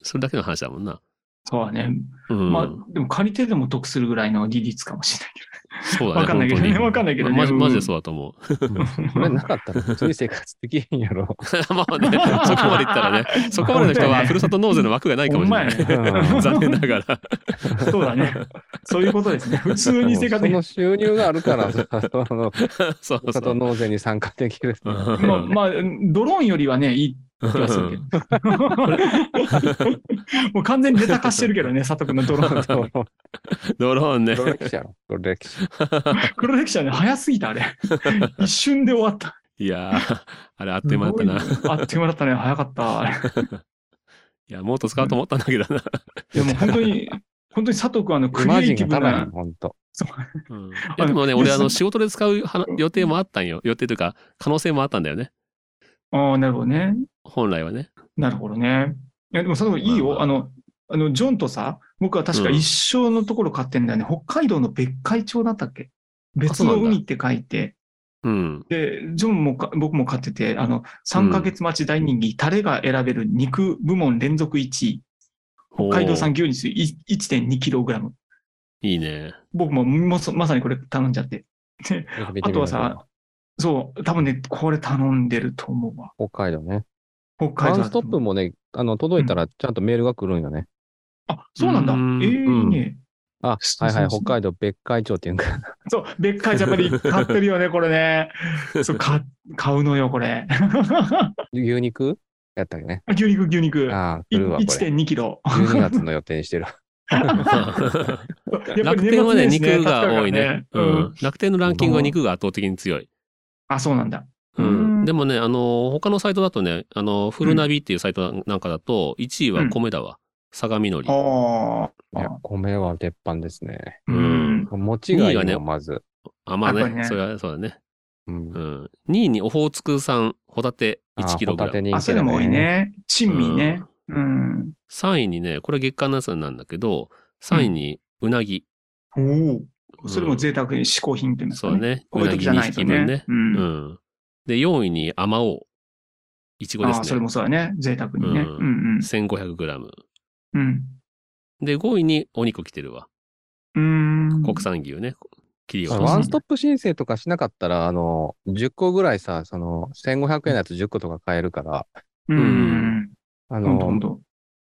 [SPEAKER 2] それだけの話だもんな。
[SPEAKER 3] そうだね。
[SPEAKER 2] うん。
[SPEAKER 3] まあ、でも借りてでも得するぐらいの利率かもしれないけど。
[SPEAKER 2] そうだね。
[SPEAKER 3] わかんないけどね
[SPEAKER 2] 本当に
[SPEAKER 3] わかんないけどね
[SPEAKER 2] まマジ
[SPEAKER 3] うん
[SPEAKER 2] マジでそうだと思う。
[SPEAKER 4] それなかったら普通に生活できへんやろ。
[SPEAKER 2] まあね、そこまでいった らね、そこまでの人はふるさと納税の枠がないかもしれない。
[SPEAKER 3] ほ
[SPEAKER 4] んまやね
[SPEAKER 2] 残念ながら。
[SPEAKER 3] そうだね。そういうことですね。普通に生活
[SPEAKER 4] そ
[SPEAKER 3] でき
[SPEAKER 4] の収入があ るから、その、
[SPEAKER 2] そう
[SPEAKER 4] ふるさ
[SPEAKER 2] そ
[SPEAKER 4] と
[SPEAKER 2] う。
[SPEAKER 4] 納税に参加できる。
[SPEAKER 2] うん
[SPEAKER 3] まあ、まあ、ドローンよりはね、いい気はするけど。もう完全にデータ化してるけ どね、佐藤君のドローン。
[SPEAKER 4] ドロ
[SPEAKER 2] ドローンね。
[SPEAKER 4] 歴史やろ。ドロ歴史。
[SPEAKER 3] 黒歴史はね、早すぎた、あれ。一瞬で終わった。
[SPEAKER 2] いやー、あれあっという間だったな。い
[SPEAKER 3] すごいねあっという間だったね、早かった。あれ
[SPEAKER 2] や、もっと使おうと思ったんだけどな。
[SPEAKER 3] でも本当に、本当に佐藤君、あ の、ク
[SPEAKER 4] イ
[SPEAKER 3] リ
[SPEAKER 4] マ
[SPEAKER 3] エ
[SPEAKER 4] ジ
[SPEAKER 3] イ
[SPEAKER 4] ン
[SPEAKER 3] ティ
[SPEAKER 4] が
[SPEAKER 3] ブ
[SPEAKER 4] ただや、。
[SPEAKER 3] なん
[SPEAKER 4] ほんと。
[SPEAKER 2] うんいやでもね、俺、あの、仕事で使う話予定もあったんよ。予定というか、可能性もあったんだよね。
[SPEAKER 3] ああ、なるほどね。
[SPEAKER 2] 本来はね。
[SPEAKER 3] なるほどね。いや、でも佐藤君、いい
[SPEAKER 2] まあま
[SPEAKER 3] よ。
[SPEAKER 2] あ
[SPEAKER 3] あの、あの、ジョンとさ、僕は確か
[SPEAKER 2] うん
[SPEAKER 3] 一生のところ買ってんだよね。北海道の別海町だったっけ別
[SPEAKER 2] そう
[SPEAKER 3] の
[SPEAKER 2] なんだ
[SPEAKER 3] 海って書いて。
[SPEAKER 2] うん。
[SPEAKER 3] で、ジョンもか僕も買ってて、あの、3ヶ月待ち大人気、タレが選べる肉部門連続1位、北海道産
[SPEAKER 2] おー
[SPEAKER 3] 牛肉い 1.2kg。
[SPEAKER 2] いいね。
[SPEAKER 3] 僕ももそまさにこれ頼んじゃって。あとはさ、そう、多分ね、これ頼んでると思うわ。
[SPEAKER 4] 北海道ね。
[SPEAKER 3] 北海
[SPEAKER 4] ワ
[SPEAKER 3] 道
[SPEAKER 4] ン
[SPEAKER 3] だ
[SPEAKER 4] ス
[SPEAKER 3] と
[SPEAKER 4] トッ
[SPEAKER 3] 思
[SPEAKER 4] プ
[SPEAKER 3] う。
[SPEAKER 4] もね、あの、届いたらちゃんとメールが来るんよね。
[SPEAKER 3] あ、そうなんだ。え
[SPEAKER 2] うん
[SPEAKER 3] ーいいね。
[SPEAKER 4] あ、
[SPEAKER 3] そう
[SPEAKER 4] はいはい、
[SPEAKER 3] そうそう
[SPEAKER 4] 北海道別海町っていうんか。
[SPEAKER 3] そう、別海ジャパニ買ってるよね、これね。そう、か買うのよ、これ。
[SPEAKER 4] 牛肉やったっけね。
[SPEAKER 3] 牛肉、牛肉。
[SPEAKER 4] ああ、
[SPEAKER 3] い
[SPEAKER 4] 来るわ、これ。
[SPEAKER 3] 1.2キロ。
[SPEAKER 4] 12月の予定にしてる。
[SPEAKER 3] やっぱ
[SPEAKER 2] 楽
[SPEAKER 3] り
[SPEAKER 2] 天はね、
[SPEAKER 3] 年末年始
[SPEAKER 2] 肉が多いね
[SPEAKER 3] 助かる。
[SPEAKER 2] う
[SPEAKER 3] からねうん
[SPEAKER 2] ん。楽天のランキングは肉が圧倒的に強い。
[SPEAKER 3] あ、そうなんだ。
[SPEAKER 2] う
[SPEAKER 3] うん
[SPEAKER 2] ん。でもね、あの、他のサイトだとね、あの、フルナビっていうサイトなんかだと、1位は米だわ。相模のり。
[SPEAKER 3] あ
[SPEAKER 4] いや、米は鉄板ですね。
[SPEAKER 3] あ。う
[SPEAKER 2] うん
[SPEAKER 3] ん。
[SPEAKER 4] 餅がいい
[SPEAKER 2] いい
[SPEAKER 4] よ、
[SPEAKER 2] よね
[SPEAKER 4] まず。
[SPEAKER 2] あ、まあ
[SPEAKER 3] やっぱり
[SPEAKER 2] ね、
[SPEAKER 3] ね
[SPEAKER 2] それはそうだね。
[SPEAKER 4] うん
[SPEAKER 2] う。ん。2位にオホーツク産ホタテ
[SPEAKER 4] あ
[SPEAKER 2] 1キロ
[SPEAKER 4] ホ
[SPEAKER 2] グ
[SPEAKER 4] タ
[SPEAKER 2] ラ
[SPEAKER 4] テ
[SPEAKER 2] ム。
[SPEAKER 4] 人気だ
[SPEAKER 3] あ、それでも多い。ね。珍味ね。うん。
[SPEAKER 2] 3位にね、これ月間のやつなんだけど、3位にうなぎ。
[SPEAKER 3] お
[SPEAKER 2] う
[SPEAKER 3] お。
[SPEAKER 2] ん
[SPEAKER 3] それも贅沢に嗜好品っていうんです
[SPEAKER 2] そう
[SPEAKER 3] か
[SPEAKER 2] だ
[SPEAKER 3] ね。
[SPEAKER 2] ね。
[SPEAKER 3] こう
[SPEAKER 2] う
[SPEAKER 3] いう
[SPEAKER 2] な
[SPEAKER 3] 時
[SPEAKER 2] ぎ
[SPEAKER 3] じゃ
[SPEAKER 2] 2
[SPEAKER 3] ないと
[SPEAKER 2] 匹
[SPEAKER 3] ね
[SPEAKER 2] 分ね。
[SPEAKER 3] う
[SPEAKER 2] うんん。で、4位にあまおう。いちごで
[SPEAKER 3] ああ、
[SPEAKER 2] す
[SPEAKER 3] それ
[SPEAKER 2] ね
[SPEAKER 3] も。そうだね。贅沢にね。
[SPEAKER 2] う
[SPEAKER 3] うんんうん。
[SPEAKER 2] 1500グラム。
[SPEAKER 3] うん。
[SPEAKER 2] で、5位にお肉来てるわ。
[SPEAKER 3] うん。
[SPEAKER 2] 国産牛ね。切り
[SPEAKER 4] これ
[SPEAKER 2] 落と
[SPEAKER 4] ワ
[SPEAKER 2] し
[SPEAKER 4] ンストップ申請とかしなかったら、あの、10個ぐらいさ、その、1500円のやつ10個とか買えるから、
[SPEAKER 3] うんうん。ほ
[SPEAKER 4] あ
[SPEAKER 3] んとほん
[SPEAKER 4] の、
[SPEAKER 3] と。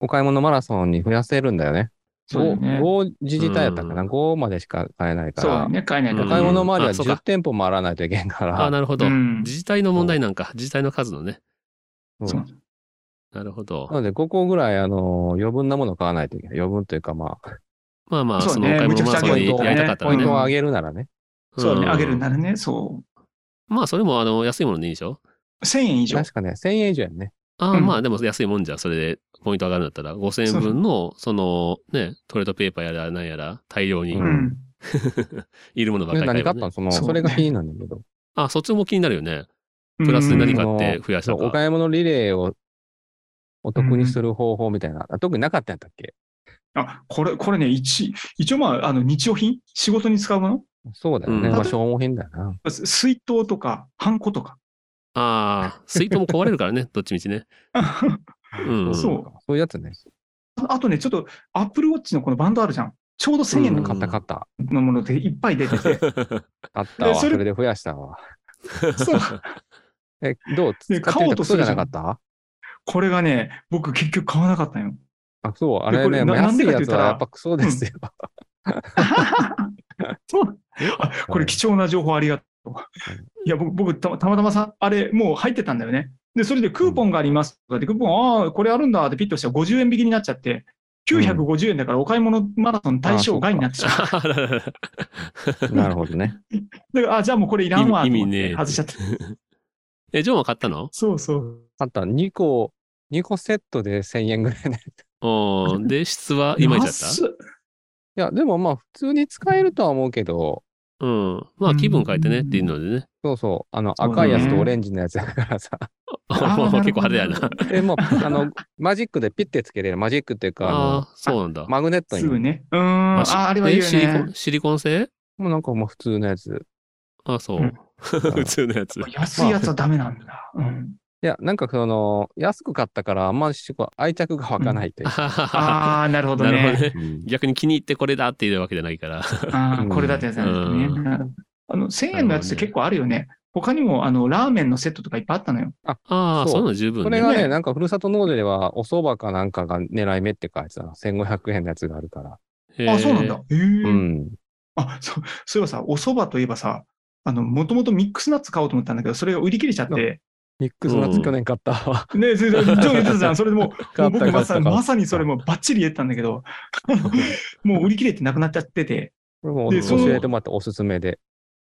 [SPEAKER 4] お買い物マラソンに増やせるんだよね。
[SPEAKER 3] そうだよね
[SPEAKER 4] 5, 自治体やったかな、
[SPEAKER 2] うん
[SPEAKER 4] ?5 までしか買えないか
[SPEAKER 3] そうだ
[SPEAKER 4] ら、
[SPEAKER 3] ね。買えないと
[SPEAKER 4] お
[SPEAKER 3] ね
[SPEAKER 4] 買い物周り
[SPEAKER 2] うん
[SPEAKER 4] は
[SPEAKER 2] あそうか
[SPEAKER 4] 10店舗回らないといけんか
[SPEAKER 2] あ
[SPEAKER 4] ら、
[SPEAKER 2] あ、なるほど。
[SPEAKER 3] うん
[SPEAKER 2] 自治体の問題なんか。自治体の数のね。
[SPEAKER 4] うん
[SPEAKER 3] そう
[SPEAKER 4] な
[SPEAKER 2] なるほど。
[SPEAKER 4] ので5個ぐらい、あの、余分なもの買わないといけない。余分というか、まあ、
[SPEAKER 2] まあまあ、
[SPEAKER 3] そう
[SPEAKER 2] そのお
[SPEAKER 3] ね
[SPEAKER 2] 買い物マラソンに
[SPEAKER 4] むちゃくちゃ
[SPEAKER 2] やりたかった
[SPEAKER 4] ポ
[SPEAKER 2] ら
[SPEAKER 4] イン
[SPEAKER 2] ね
[SPEAKER 4] ト。を上げるならね。
[SPEAKER 3] そうね、
[SPEAKER 2] ん
[SPEAKER 3] あげるならね、そ
[SPEAKER 2] まあ、それも、あの、安いものでいいでしょ
[SPEAKER 3] う。1000円以上。
[SPEAKER 4] 確かね、1000円以上やんね。
[SPEAKER 2] ああ、
[SPEAKER 3] うん
[SPEAKER 2] まあでも安いもんじゃ、それでポイント上がるんだったら、5000円分の、その、ね、トイレットペーパーやら何やら、大量に、
[SPEAKER 4] う
[SPEAKER 3] うんん。
[SPEAKER 2] いるものばっ
[SPEAKER 4] ね
[SPEAKER 2] かり買
[SPEAKER 4] 何
[SPEAKER 2] え
[SPEAKER 4] 買
[SPEAKER 2] ばね。
[SPEAKER 4] ったのその、
[SPEAKER 3] そう
[SPEAKER 4] それが気になるんだけど。
[SPEAKER 2] あ、そっちも気になるよね。プラスで何
[SPEAKER 3] うん
[SPEAKER 2] か買って増やした
[SPEAKER 4] そうお
[SPEAKER 2] か。
[SPEAKER 4] 買い物リレーをお得にする方法みたいな、あ特になかったんやったっけ
[SPEAKER 3] あ、これ、これね、一、一応まあ、あの、日用品仕事に使うもの
[SPEAKER 4] そうだよね。
[SPEAKER 2] うん
[SPEAKER 4] まあ、消耗品だよな。
[SPEAKER 3] す水筒とか、ハンコとか。
[SPEAKER 2] ああ、水筒も壊れるからね、どっちみちね。うん。
[SPEAKER 3] そう
[SPEAKER 4] そういうやつね。
[SPEAKER 3] あとね、ちょっと Apple Watch のこのバンドあるじゃん。ちょうど1000円の
[SPEAKER 4] 買った買った。
[SPEAKER 3] のものでいっぱい出てて。
[SPEAKER 4] 買ったわ。
[SPEAKER 3] でそ
[SPEAKER 4] そ
[SPEAKER 3] れ
[SPEAKER 4] れで増やしたわ。
[SPEAKER 3] そう。
[SPEAKER 4] え、どう使
[SPEAKER 3] ね
[SPEAKER 4] って
[SPEAKER 3] 買おう
[SPEAKER 4] み
[SPEAKER 3] と
[SPEAKER 4] た
[SPEAKER 3] す
[SPEAKER 4] そう
[SPEAKER 3] る
[SPEAKER 4] じ
[SPEAKER 3] じゃ
[SPEAKER 4] ゃ
[SPEAKER 3] ん
[SPEAKER 4] なかった
[SPEAKER 3] これがね、僕結局買わなかっ たんよ。
[SPEAKER 4] あ、そう。あ
[SPEAKER 3] で
[SPEAKER 4] れ
[SPEAKER 3] これ
[SPEAKER 4] ね、もう
[SPEAKER 3] ななん
[SPEAKER 4] 安
[SPEAKER 3] で
[SPEAKER 4] い
[SPEAKER 3] かっ
[SPEAKER 4] や
[SPEAKER 3] て言
[SPEAKER 4] つ
[SPEAKER 3] ったら
[SPEAKER 4] はやっぱクソですよ。
[SPEAKER 3] そうあこれ貴重な情報ありがとう。いや、僕、僕たたまたまさ、あれ、もう入ってたんだよね。で、それでクーポンがありますとかで、クーポン、ああ、これあるんだってピッとしたら50円引きになっちゃって、950円だからお買い物マラソン対象外になってしまう。
[SPEAKER 2] あらららら
[SPEAKER 4] なるほどね。
[SPEAKER 3] だから、あ、じゃあもうこれいらんわ。
[SPEAKER 2] 意味意味ねえ
[SPEAKER 3] 外しちゃった。
[SPEAKER 2] え、ジョンは買ったの
[SPEAKER 3] そうそう。
[SPEAKER 4] 買った2個、2個セットで1000円ぐらいね。
[SPEAKER 2] おーで、質はいまいちだっ
[SPEAKER 3] 安っ
[SPEAKER 4] いや、でもまあ普通に使えるとは思うけど、
[SPEAKER 2] たうん。まあ、気分変えてねっていうのでね。
[SPEAKER 4] そうそう、あの
[SPEAKER 3] そうだね
[SPEAKER 4] 赤いやつとオレンジのやつだからさ。
[SPEAKER 3] あー
[SPEAKER 2] 結構派手やな。
[SPEAKER 3] るほど
[SPEAKER 4] で、もう、あの、マジックでピッてつけれる。マジックっていうか、あ
[SPEAKER 2] ああー、そうなんだ
[SPEAKER 4] の、。マグネットに。
[SPEAKER 3] すぐ
[SPEAKER 4] も
[SPEAKER 3] ね。うーん。
[SPEAKER 2] ま
[SPEAKER 3] あ
[SPEAKER 2] あし
[SPEAKER 3] ー、あれはいい
[SPEAKER 2] え
[SPEAKER 3] よ
[SPEAKER 2] シリコ
[SPEAKER 3] ね。
[SPEAKER 2] ン、。シリコン製
[SPEAKER 4] うなんかもう普通のやつ。
[SPEAKER 2] あそううん 普通のやつ。
[SPEAKER 3] 安いやつはダメなんだ。うん。
[SPEAKER 4] いや、なんかその、安く買ったから、あんましこう愛着が湧かないというか。
[SPEAKER 3] ああ、なるほど
[SPEAKER 2] なるほど
[SPEAKER 3] ね。
[SPEAKER 2] ね。逆に気に入ってこれだっていうわけじゃないから。
[SPEAKER 3] ああ
[SPEAKER 4] うん
[SPEAKER 3] これだってやつなんです
[SPEAKER 2] う
[SPEAKER 3] ね。あの、1000円のやつって結構あるよね。他にも、あの、ラーメンのセットとかいっぱいあったのよ。
[SPEAKER 2] ああ、
[SPEAKER 4] そう
[SPEAKER 2] そういうの十
[SPEAKER 4] こ
[SPEAKER 2] 分
[SPEAKER 4] れ
[SPEAKER 2] ね。
[SPEAKER 4] が
[SPEAKER 3] ね
[SPEAKER 4] ね、なんかふるさと納税では、お蕎麦かなんかが狙い目って書いてたの。1500円のやつがあるから。
[SPEAKER 2] へー
[SPEAKER 3] あ、そうなんだ。。へえ。
[SPEAKER 4] うん。
[SPEAKER 3] あ、そう、そういえばさ、お蕎麦といえばさ、あの、もともとミックスナッツ買おうと思ったんだけど、それが売り切れちゃって。
[SPEAKER 4] ミックスナッツ去年買ったわ。
[SPEAKER 3] ね、それで、ジョン言ってたじゃん。それでもう、も
[SPEAKER 4] 買
[SPEAKER 3] う
[SPEAKER 4] った
[SPEAKER 3] 僕まさ
[SPEAKER 4] 買った
[SPEAKER 3] まさにそれもうバッチリ言ってたんだけど、あのもう売り切れてなくなっちゃってて。
[SPEAKER 4] これも
[SPEAKER 3] で
[SPEAKER 4] 教
[SPEAKER 3] その
[SPEAKER 4] えてもらっておすすめで。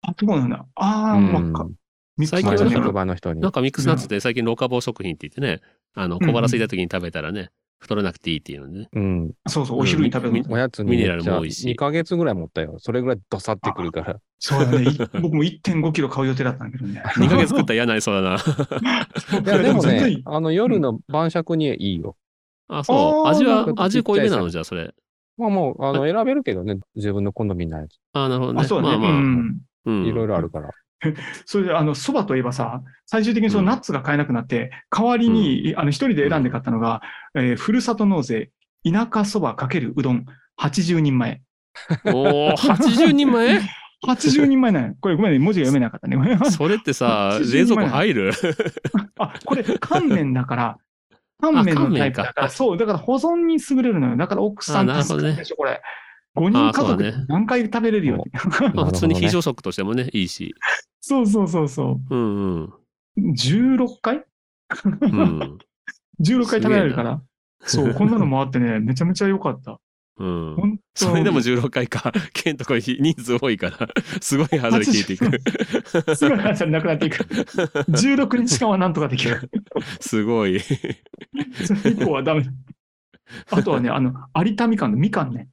[SPEAKER 3] あ、そうなんだ。ああ、
[SPEAKER 4] うん
[SPEAKER 3] まあか、ミックス
[SPEAKER 2] 最近
[SPEAKER 3] ナ
[SPEAKER 2] は
[SPEAKER 3] ッ
[SPEAKER 4] 前
[SPEAKER 2] だか
[SPEAKER 3] ツ
[SPEAKER 4] の
[SPEAKER 2] ら
[SPEAKER 4] 職場の人に
[SPEAKER 2] なん。かミックスナッツって最近老化防食品って言ってね、あの、小腹空いた時に食べたらね、太らなくていいっていうのでね。
[SPEAKER 4] うん。
[SPEAKER 3] そうそう、お昼に食べるの。
[SPEAKER 4] おやつに
[SPEAKER 2] ミネラルも多いし
[SPEAKER 4] 2ヶ月ぐらい持ったよ。それぐらいドサってくるから。
[SPEAKER 3] そうだ ね。い僕も1.5キロ買う予定だったんだけどね。
[SPEAKER 2] 2ヶ月食 ったら嫌になりそうだな。
[SPEAKER 4] いや、でも
[SPEAKER 3] 全然
[SPEAKER 4] ね、あの夜の晩酌にはいいよ。
[SPEAKER 2] あ、そう。
[SPEAKER 3] あー
[SPEAKER 2] 味
[SPEAKER 4] な
[SPEAKER 2] は
[SPEAKER 4] ん、か
[SPEAKER 2] 味濃いめな
[SPEAKER 4] ちっちゃい
[SPEAKER 2] のじゃあ、それ。
[SPEAKER 4] まあもう、あの、選べるけどね、自分の好みのやつ。
[SPEAKER 2] あ、なるほどね。
[SPEAKER 3] あ、そうだね。
[SPEAKER 2] まあ
[SPEAKER 3] う
[SPEAKER 2] まあ。
[SPEAKER 3] ん。
[SPEAKER 2] うん
[SPEAKER 4] いろいろあるから。
[SPEAKER 3] それで、あの、蕎麦といえばさ、最終的にそのナッツが買えなくなって、代わりに、あの、一人で選んで買ったのが、えーふるさと納税、田舎蕎麦×うどん、80人前。
[SPEAKER 2] おお、80人 前
[SPEAKER 3] 80人前なんやこれごめんね、文字が読めなかったね。ごめん
[SPEAKER 2] それってさ、
[SPEAKER 3] 80
[SPEAKER 2] 冷蔵庫入る
[SPEAKER 3] あ、これ、乾麺だから、乾麺のタイプだ
[SPEAKER 2] 乾麺
[SPEAKER 3] か、
[SPEAKER 2] から
[SPEAKER 3] そう、だから保存に優れるのよ。だから奥さ
[SPEAKER 2] あ
[SPEAKER 3] ん
[SPEAKER 2] なるほ
[SPEAKER 3] 助
[SPEAKER 2] ど
[SPEAKER 3] か
[SPEAKER 2] ね
[SPEAKER 3] るでしょ、これ。5人家
[SPEAKER 2] あそう
[SPEAKER 3] 族
[SPEAKER 2] だね
[SPEAKER 3] 何回食べれるよって。
[SPEAKER 2] まあ普通に非
[SPEAKER 4] なるほどね
[SPEAKER 2] 常食としてもね、いいし。
[SPEAKER 3] そうそうそうそ
[SPEAKER 2] うんうん。
[SPEAKER 3] う。16回
[SPEAKER 2] うん。
[SPEAKER 3] ?16 回食べられるから。そう、こんなのもあってね、めちゃめちゃ良かった。
[SPEAKER 2] うん。
[SPEAKER 3] 本当
[SPEAKER 2] それでも16回か。 県とか人数多いから、すごいハードル消えていく。
[SPEAKER 3] すぐ話されなくなっていく。16日間はなんとかできる。
[SPEAKER 2] すごい。
[SPEAKER 3] それ以降はダメ。あとはね、あの、有田みかんのみかんね。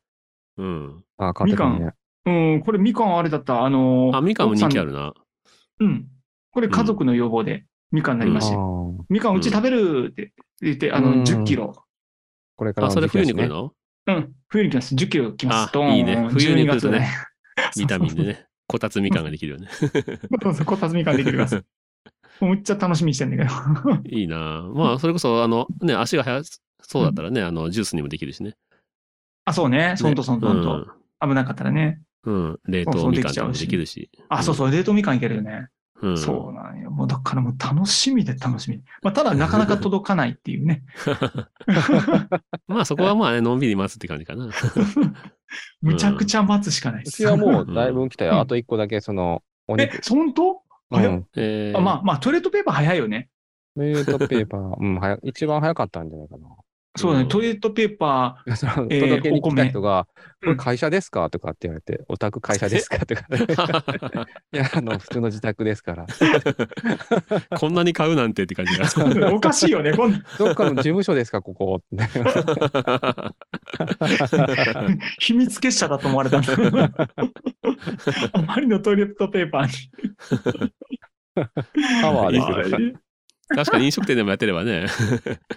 [SPEAKER 2] うん。
[SPEAKER 4] あ、買ってくる
[SPEAKER 3] み
[SPEAKER 4] ね。
[SPEAKER 3] うん、これみかんあれだった。あのー、
[SPEAKER 2] あ、みかんも人気あ
[SPEAKER 3] る。
[SPEAKER 2] るな。
[SPEAKER 3] うん。これ家族の要望でみかんになりま
[SPEAKER 4] あ
[SPEAKER 3] して。
[SPEAKER 4] ー
[SPEAKER 3] みかんうち食べるって言って、あの、
[SPEAKER 4] うん
[SPEAKER 3] 10キロ。
[SPEAKER 4] これから
[SPEAKER 2] あ、
[SPEAKER 4] の
[SPEAKER 2] それ
[SPEAKER 4] 時期だ
[SPEAKER 2] 冬
[SPEAKER 4] し
[SPEAKER 2] に
[SPEAKER 4] ね
[SPEAKER 2] 来るの
[SPEAKER 3] うん、冬に来ます。10キロ来ま
[SPEAKER 2] あ
[SPEAKER 3] す。ドーン
[SPEAKER 2] いいね冬に来るとね。
[SPEAKER 3] 12
[SPEAKER 2] ビタミンで
[SPEAKER 3] ね。
[SPEAKER 2] ね。こたつみかんができるよね。
[SPEAKER 3] そうそうそう、こたつみかんできるからさ。もうめっちゃ楽しみにしてんだけど。
[SPEAKER 2] いいなまあ、それこそ、あの、ね、足が速そうだったらね、あの、ジュースにもできるしね。
[SPEAKER 3] あ、そうね。そんとそんとそん
[SPEAKER 2] うん
[SPEAKER 3] と。危なかったらね。
[SPEAKER 2] うん。冷
[SPEAKER 3] そうそう
[SPEAKER 2] 凍みかん
[SPEAKER 3] できち
[SPEAKER 2] で
[SPEAKER 3] ゃ
[SPEAKER 2] も
[SPEAKER 3] う
[SPEAKER 2] で
[SPEAKER 3] し
[SPEAKER 2] きるし。
[SPEAKER 3] あ、そうそう、冷凍みかんいけるよね。
[SPEAKER 2] うん。
[SPEAKER 3] そうなんよ。もうだからもう楽しみで楽しみ。まあ、ただなかなか届かないっていうね。
[SPEAKER 2] まあ、そこはまあね、のんびり待つって感じかな。
[SPEAKER 3] むちゃくちゃ待つしかないで
[SPEAKER 4] う
[SPEAKER 3] す。
[SPEAKER 4] ちはもうだいぶ来た
[SPEAKER 3] うん
[SPEAKER 4] よ。あと一個だけ、その、お
[SPEAKER 3] え
[SPEAKER 4] 肉。、
[SPEAKER 3] 本当
[SPEAKER 4] う
[SPEAKER 3] 早っ
[SPEAKER 4] ん。
[SPEAKER 2] えー
[SPEAKER 3] あまあまあ、トイレットペーパー早いよね。
[SPEAKER 4] トイレットペーパー、うん、早一番早かったんじゃないかな。
[SPEAKER 3] そうだ
[SPEAKER 2] う
[SPEAKER 3] ね。
[SPEAKER 2] ん
[SPEAKER 3] トイレットペーパ
[SPEAKER 4] その
[SPEAKER 3] えー
[SPEAKER 4] 届けに来た人が、
[SPEAKER 3] お米
[SPEAKER 4] これ会社ですかとかって言われて、お宅会社ですかとか。 いや、あの、普通の自宅ですから。
[SPEAKER 2] こんなに買うなんてって感じ
[SPEAKER 3] ー、おかしいよね。こん
[SPEAKER 4] どっかの事務所ですか、ここ。
[SPEAKER 2] が。
[SPEAKER 3] 秘密結社だと思われたんだあまりのトイレットペーパーに。
[SPEAKER 4] パワーです
[SPEAKER 2] あ
[SPEAKER 4] けど。
[SPEAKER 2] 確かに飲食店でもやってればね、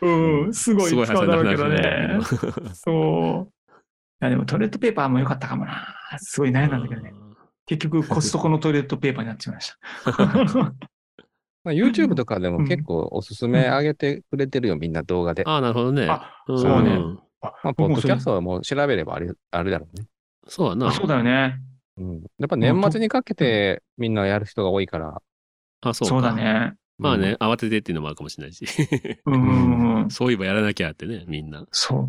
[SPEAKER 3] うん、すごい
[SPEAKER 2] すごい
[SPEAKER 3] 使うだろうけどね
[SPEAKER 2] 発。想
[SPEAKER 3] そう。いや、でもトイレットペーパーも良かったかもな。すごい
[SPEAKER 2] に
[SPEAKER 3] 悩ん
[SPEAKER 2] な
[SPEAKER 3] だん
[SPEAKER 2] る
[SPEAKER 3] だけ
[SPEAKER 2] けど
[SPEAKER 3] どね
[SPEAKER 2] ね。。
[SPEAKER 3] 結局、コストコのトイレットペーパーになっちゃいました。
[SPEAKER 4] まあ、YouTube とかでも結構おすすめ上げてくれてるよ、みんな動画で。
[SPEAKER 2] ああ、なるほどね。
[SPEAKER 3] あ、
[SPEAKER 2] ん
[SPEAKER 3] そうね。
[SPEAKER 4] まあ、
[SPEAKER 3] 僕
[SPEAKER 4] ポッ
[SPEAKER 3] も
[SPEAKER 4] ド
[SPEAKER 3] そ
[SPEAKER 4] キ
[SPEAKER 3] れ
[SPEAKER 4] ャストはもう調べればあれあれだろうね、
[SPEAKER 2] そうやな。
[SPEAKER 3] そうだよね。
[SPEAKER 4] うん。やっぱ年末にかけてみんなやる人が多いから。
[SPEAKER 2] あ、そうか
[SPEAKER 3] そうだ。ね。
[SPEAKER 2] まあね、慌ててっていうのもあるかもしれないし。
[SPEAKER 3] うんうんうん。
[SPEAKER 2] そういえばやらなきゃってね、みんな。
[SPEAKER 3] そう。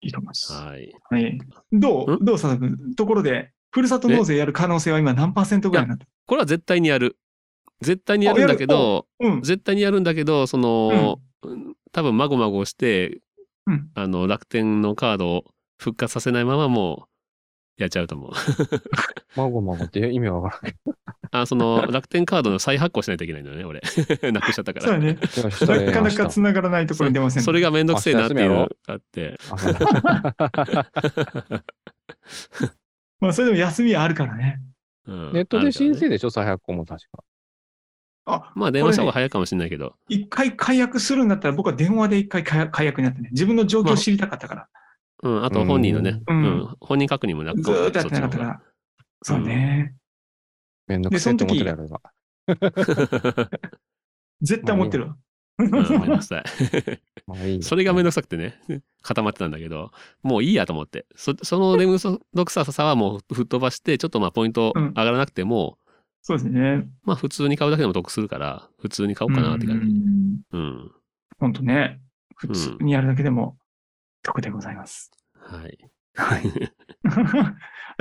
[SPEAKER 3] いいと思います。
[SPEAKER 2] はい。
[SPEAKER 3] はい。どうんどう佐藤君ところで、ふるさと納税やる可能性は今何パーセントぐらいになって
[SPEAKER 2] これは絶対にやる。絶対にやるんだけ
[SPEAKER 3] あや
[SPEAKER 2] ど、
[SPEAKER 3] るうん。
[SPEAKER 2] 絶対にやるんだけど、その、多分まごまごして、
[SPEAKER 3] うん
[SPEAKER 2] あの、楽天のカードを復活させないままもう、やっちゃうと思う。
[SPEAKER 4] まごまごって意味わからんけ
[SPEAKER 2] あ、そ の、楽天カードの再発行しないといけないんだよね、俺。 なくしちゃったか
[SPEAKER 3] そう
[SPEAKER 2] ら。
[SPEAKER 3] だね。
[SPEAKER 4] ど。
[SPEAKER 2] それ
[SPEAKER 3] なかなか繋がらないところに出ませ ん。
[SPEAKER 2] それがめんどくせえなっていうのがあって。
[SPEAKER 3] まあ、それでも休みはあるからね。
[SPEAKER 2] うん
[SPEAKER 4] ネットで申。
[SPEAKER 2] あるからね
[SPEAKER 4] 請 でしょ、再発行も確か。
[SPEAKER 3] あ、
[SPEAKER 2] まあ、電話した方が早いかもしれないけど。
[SPEAKER 3] 一回解約するんだったら僕は電話で一回解解約になってね。自分の状況を知りたかったから。
[SPEAKER 2] うん、あと本人のね、う
[SPEAKER 3] うん
[SPEAKER 2] ん、本人確認もなく
[SPEAKER 3] ずーっとやってなかった
[SPEAKER 2] そ
[SPEAKER 3] か
[SPEAKER 2] っ
[SPEAKER 3] ら。そうね。
[SPEAKER 4] めんどくせえと思ってるやろうが。
[SPEAKER 3] 絶対思ってるわ。
[SPEAKER 2] ちの方がうんごめんな さい。
[SPEAKER 4] まあいいよ
[SPEAKER 2] それがめんどくさくてね、固まってたんだけど、もういいやと思って。そそのめんどくささはもう吹っ飛ばして、ちょっとまあポイント上がらなくても、
[SPEAKER 3] そうですね。
[SPEAKER 2] まあ普通に買うだけでも得するから、普通に買おうかなって感じ。
[SPEAKER 3] じ。
[SPEAKER 2] うん。
[SPEAKER 3] 本当ね。普通にやるだけでも得でございます。
[SPEAKER 2] はい。
[SPEAKER 3] はい。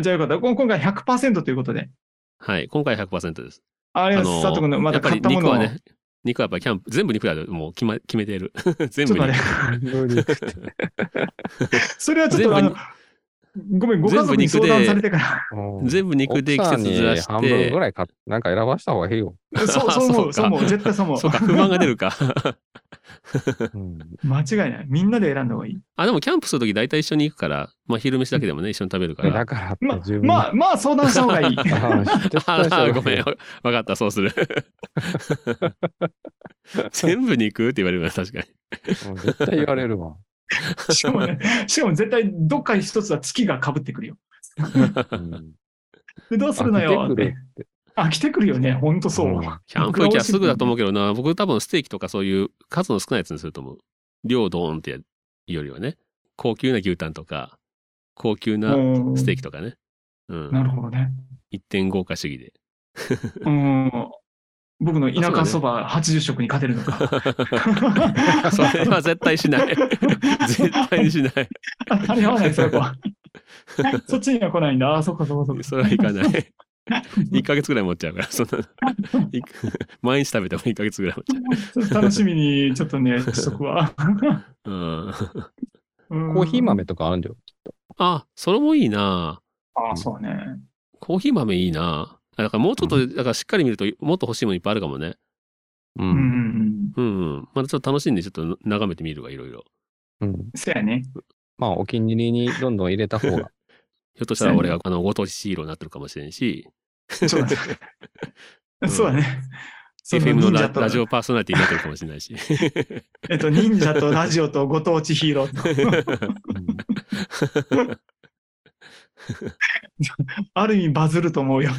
[SPEAKER 3] じゃあよかった。こん今回100%ということで。
[SPEAKER 2] はい。今回100%です。
[SPEAKER 3] ありがとうございます。
[SPEAKER 2] の
[SPEAKER 3] 佐藤君のま
[SPEAKER 2] や
[SPEAKER 3] た
[SPEAKER 2] っぱ
[SPEAKER 3] 買
[SPEAKER 2] り
[SPEAKER 3] ったも
[SPEAKER 2] 肉
[SPEAKER 3] のを。
[SPEAKER 2] はね、肉はやっぱりキャンプ、全部肉だよ。もう決ま、決めている。 全
[SPEAKER 3] ち
[SPEAKER 2] 部
[SPEAKER 3] ょっとあれ
[SPEAKER 2] 肉。、
[SPEAKER 3] それはちょっとあ
[SPEAKER 2] 全部
[SPEAKER 3] の、ごめん、ご家族に相談されてから、
[SPEAKER 4] うん
[SPEAKER 2] 全部肉で季節ずら
[SPEAKER 4] 奥さ
[SPEAKER 2] し
[SPEAKER 4] んに半分ぐ
[SPEAKER 2] て、
[SPEAKER 4] らいか、なんか選ばした方がい いよ。
[SPEAKER 3] そうそう思う、
[SPEAKER 2] そ
[SPEAKER 3] そ
[SPEAKER 2] か
[SPEAKER 3] うう思う、絶対そう思う
[SPEAKER 2] そう。か、不満が出るか。
[SPEAKER 4] うん
[SPEAKER 3] 間違いない。みんなで選んだ方がいい。
[SPEAKER 2] あ、でもキャンプするとき大体一緒に行くから、まあ昼飯だけでもね、一緒に食べるから。
[SPEAKER 4] だから
[SPEAKER 3] ま
[SPEAKER 4] っ
[SPEAKER 3] あ
[SPEAKER 4] て十、分。
[SPEAKER 3] まあ、まあ、相談した方がいい。
[SPEAKER 4] あ、
[SPEAKER 2] あ あ、ごめん。
[SPEAKER 4] よ。
[SPEAKER 2] わわかった、そうする。 全部に行くって言われるな、確かに。
[SPEAKER 4] うん絶対言われる わ。
[SPEAKER 3] しかもね、しかも絶対どっか一つは月が被ってくるよ。
[SPEAKER 4] うん
[SPEAKER 3] で、どうするのよっ
[SPEAKER 4] 飽きてく
[SPEAKER 3] て
[SPEAKER 4] る。って
[SPEAKER 3] あ、来てくるよね。ほんとそう。
[SPEAKER 4] うん
[SPEAKER 2] キャンプ行きゃすぐだと思うけどな、僕多分ステーキとかそういう数の少ないやつにすると思う。量ドーンってやるよりはね、高級な牛タンとか、高級な
[SPEAKER 3] うん
[SPEAKER 2] ステーキとかね。うん。
[SPEAKER 3] なるほどね。
[SPEAKER 2] 一点豪華主義 で。
[SPEAKER 3] うん。僕の田舎そば80食に勝てるの か。
[SPEAKER 2] それは絶対し ない。絶対にしない。
[SPEAKER 3] あれ合わない、そこは。そっちには来ないんだ。あ、そっかそっかそっか。
[SPEAKER 2] それはいかない。1ヶ月ぐらい持っちゃうから、そんな。 いく毎日食べても1ヶ月ぐらい持っちゃ
[SPEAKER 3] ちょっと楽しみに、ちょっと ね、しとくわ。
[SPEAKER 2] う。うん。
[SPEAKER 3] コ
[SPEAKER 4] コー
[SPEAKER 3] ー
[SPEAKER 4] ヒー。豆とかあるんだよ。
[SPEAKER 2] あ、それもいいな
[SPEAKER 3] あ、そうね。
[SPEAKER 2] コーヒー豆いいなあだからもうちょっと、だからしっかり見ると、もっと欲しいものいっぱいあるかもね。
[SPEAKER 3] う
[SPEAKER 4] う
[SPEAKER 3] んうんう。ん。
[SPEAKER 2] うん、うん。またちょっと楽しんで、ちょっと眺めてみるわ、いろいろ。
[SPEAKER 4] うん
[SPEAKER 3] そやね。
[SPEAKER 4] まあ、お気に入りにどんどん入れた方が。
[SPEAKER 2] ひょっとしたら俺があの、ご当地ヒーローになってるかもしれんし、
[SPEAKER 3] そう だね。
[SPEAKER 2] ん
[SPEAKER 3] そうだね。そ
[SPEAKER 2] FM の
[SPEAKER 3] 忍
[SPEAKER 2] ラ
[SPEAKER 3] 者と
[SPEAKER 2] ラジオパーソナリティになってるかもしれない し。
[SPEAKER 3] えっと、忍者とラジオとご当地ヒーローと。 ある意味バズると思うよ。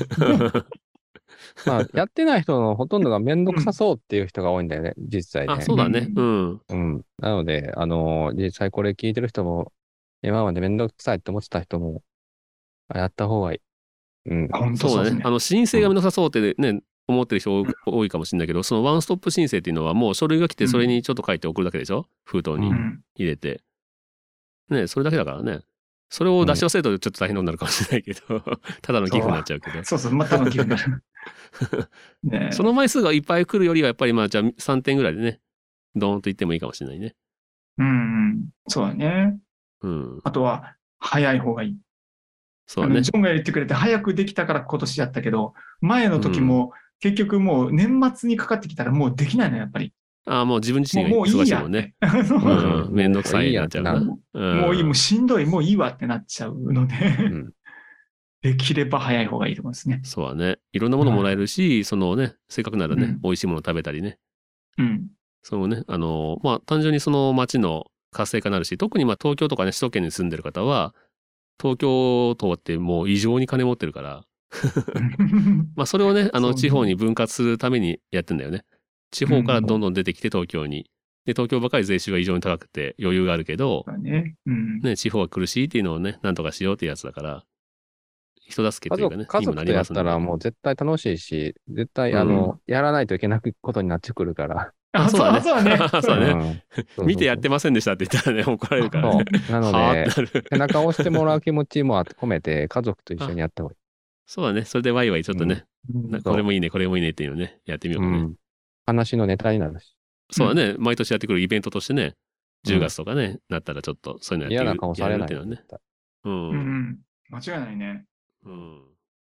[SPEAKER 4] まあ、やってない人のほとんどがめんどくさそうっていう人が多いんだよね、実際
[SPEAKER 2] あ、
[SPEAKER 4] ね
[SPEAKER 2] そ。うだね。うん。
[SPEAKER 4] うん。なので、あのー実際これ聞いてる人も、今までめんどくさいって思ってた人も、あやった方がいい。うん。
[SPEAKER 3] 本当
[SPEAKER 2] そうだ
[SPEAKER 3] です
[SPEAKER 2] ね。あの、申請がめんどくさそうってね、思ってる人多多いかもしれないけど、そのワンストップ申請っていうのはもう書類が来て、それにちょっと書いて送るだけでしょ封筒に
[SPEAKER 3] う。ん
[SPEAKER 2] 入れて。ねそれだけだからね。それを出し忘れるとちょっと大変になるかもしれないけど、ただの寄付になっちゃうけど。
[SPEAKER 3] そうそう、またの気分 になる。ねえ
[SPEAKER 2] その枚数がいっぱい来るよりは、やっぱりまあ、じゃあ3点ぐらいでね、ドーンといってもいいかもしれないね。
[SPEAKER 3] うんうん。そうだね。
[SPEAKER 2] うん。
[SPEAKER 3] あとは、早い方がいい。
[SPEAKER 2] そう
[SPEAKER 3] あの
[SPEAKER 2] ね
[SPEAKER 3] ジ。ョンが言ってくれて、早くできたから今年やったけど、前の時も、結局もう年末にかかってきたらもうできないの、やっぱり。
[SPEAKER 2] ああ、もう自分自身が
[SPEAKER 3] もうもう
[SPEAKER 2] 忙
[SPEAKER 3] いい
[SPEAKER 2] しい
[SPEAKER 3] や
[SPEAKER 2] もん ね。
[SPEAKER 4] もういいや
[SPEAKER 2] うん。めんどくさいになっちゃうな。
[SPEAKER 4] も
[SPEAKER 2] うん
[SPEAKER 3] もういい、もうしんどい、もういいわってなっちゃうので、
[SPEAKER 4] ん
[SPEAKER 3] できれば早い方がいいと思いますね。
[SPEAKER 2] そうだね。いろんなものもらえるし、そのね、せっかくならね、
[SPEAKER 3] うん
[SPEAKER 2] 美味しいもの食べたりね。
[SPEAKER 3] うん。
[SPEAKER 2] そのね、あの、まあ、単純にその街の活性化になるし、特にまあ、東京とかね、首都圏に住んでる方は、東京都ってもう異常に金持ってるから、まあ、それをね、あ
[SPEAKER 3] そう
[SPEAKER 2] の、
[SPEAKER 3] ね
[SPEAKER 2] 地方に分割するためにやってんだよね。地方からどんどん出てきて東京に。で、東京ばかり税収が異常に高くて余裕があるけど、
[SPEAKER 3] だね。うん。
[SPEAKER 2] ね、地方が苦しいっていうのをね、なんとかしようっていうやつだから、人助け
[SPEAKER 4] 家
[SPEAKER 2] というかね
[SPEAKER 4] 族、家
[SPEAKER 2] にもな
[SPEAKER 4] 族と
[SPEAKER 2] り
[SPEAKER 4] や
[SPEAKER 2] ま
[SPEAKER 4] っ
[SPEAKER 2] すんで
[SPEAKER 4] たらもう絶対楽しいし、絶対、あの、やらないといけないことになってくるから。
[SPEAKER 2] あそうだね
[SPEAKER 3] そ うだ
[SPEAKER 2] そうだね
[SPEAKER 4] うん
[SPEAKER 2] 見てやってませんでしたって言ったらね、怒られるからね。
[SPEAKER 4] そう。なの
[SPEAKER 2] はあ
[SPEAKER 4] で
[SPEAKER 2] っ、てなる。
[SPEAKER 4] 背中を押してもらう気持ちも込めて、家族と一緒にやった方がい
[SPEAKER 2] そうだね。それでワイワイちょっとね、
[SPEAKER 4] い。
[SPEAKER 2] なこれもいいね、これもいいねっていうのね、やってみよう
[SPEAKER 4] う
[SPEAKER 2] かね。
[SPEAKER 4] ん。話のネタになるし。
[SPEAKER 2] そうだね。毎年やってくるイベントとしてね、
[SPEAKER 4] うん
[SPEAKER 2] 10月とかね、なったらちょっとそういうのやって
[SPEAKER 4] 嫌
[SPEAKER 2] みる
[SPEAKER 4] な顔さ
[SPEAKER 2] やる
[SPEAKER 4] れな
[SPEAKER 2] っ
[SPEAKER 4] い。
[SPEAKER 2] ていうのはね。
[SPEAKER 4] 絶対
[SPEAKER 2] う。
[SPEAKER 3] うんうんん。間違いないね。
[SPEAKER 2] うん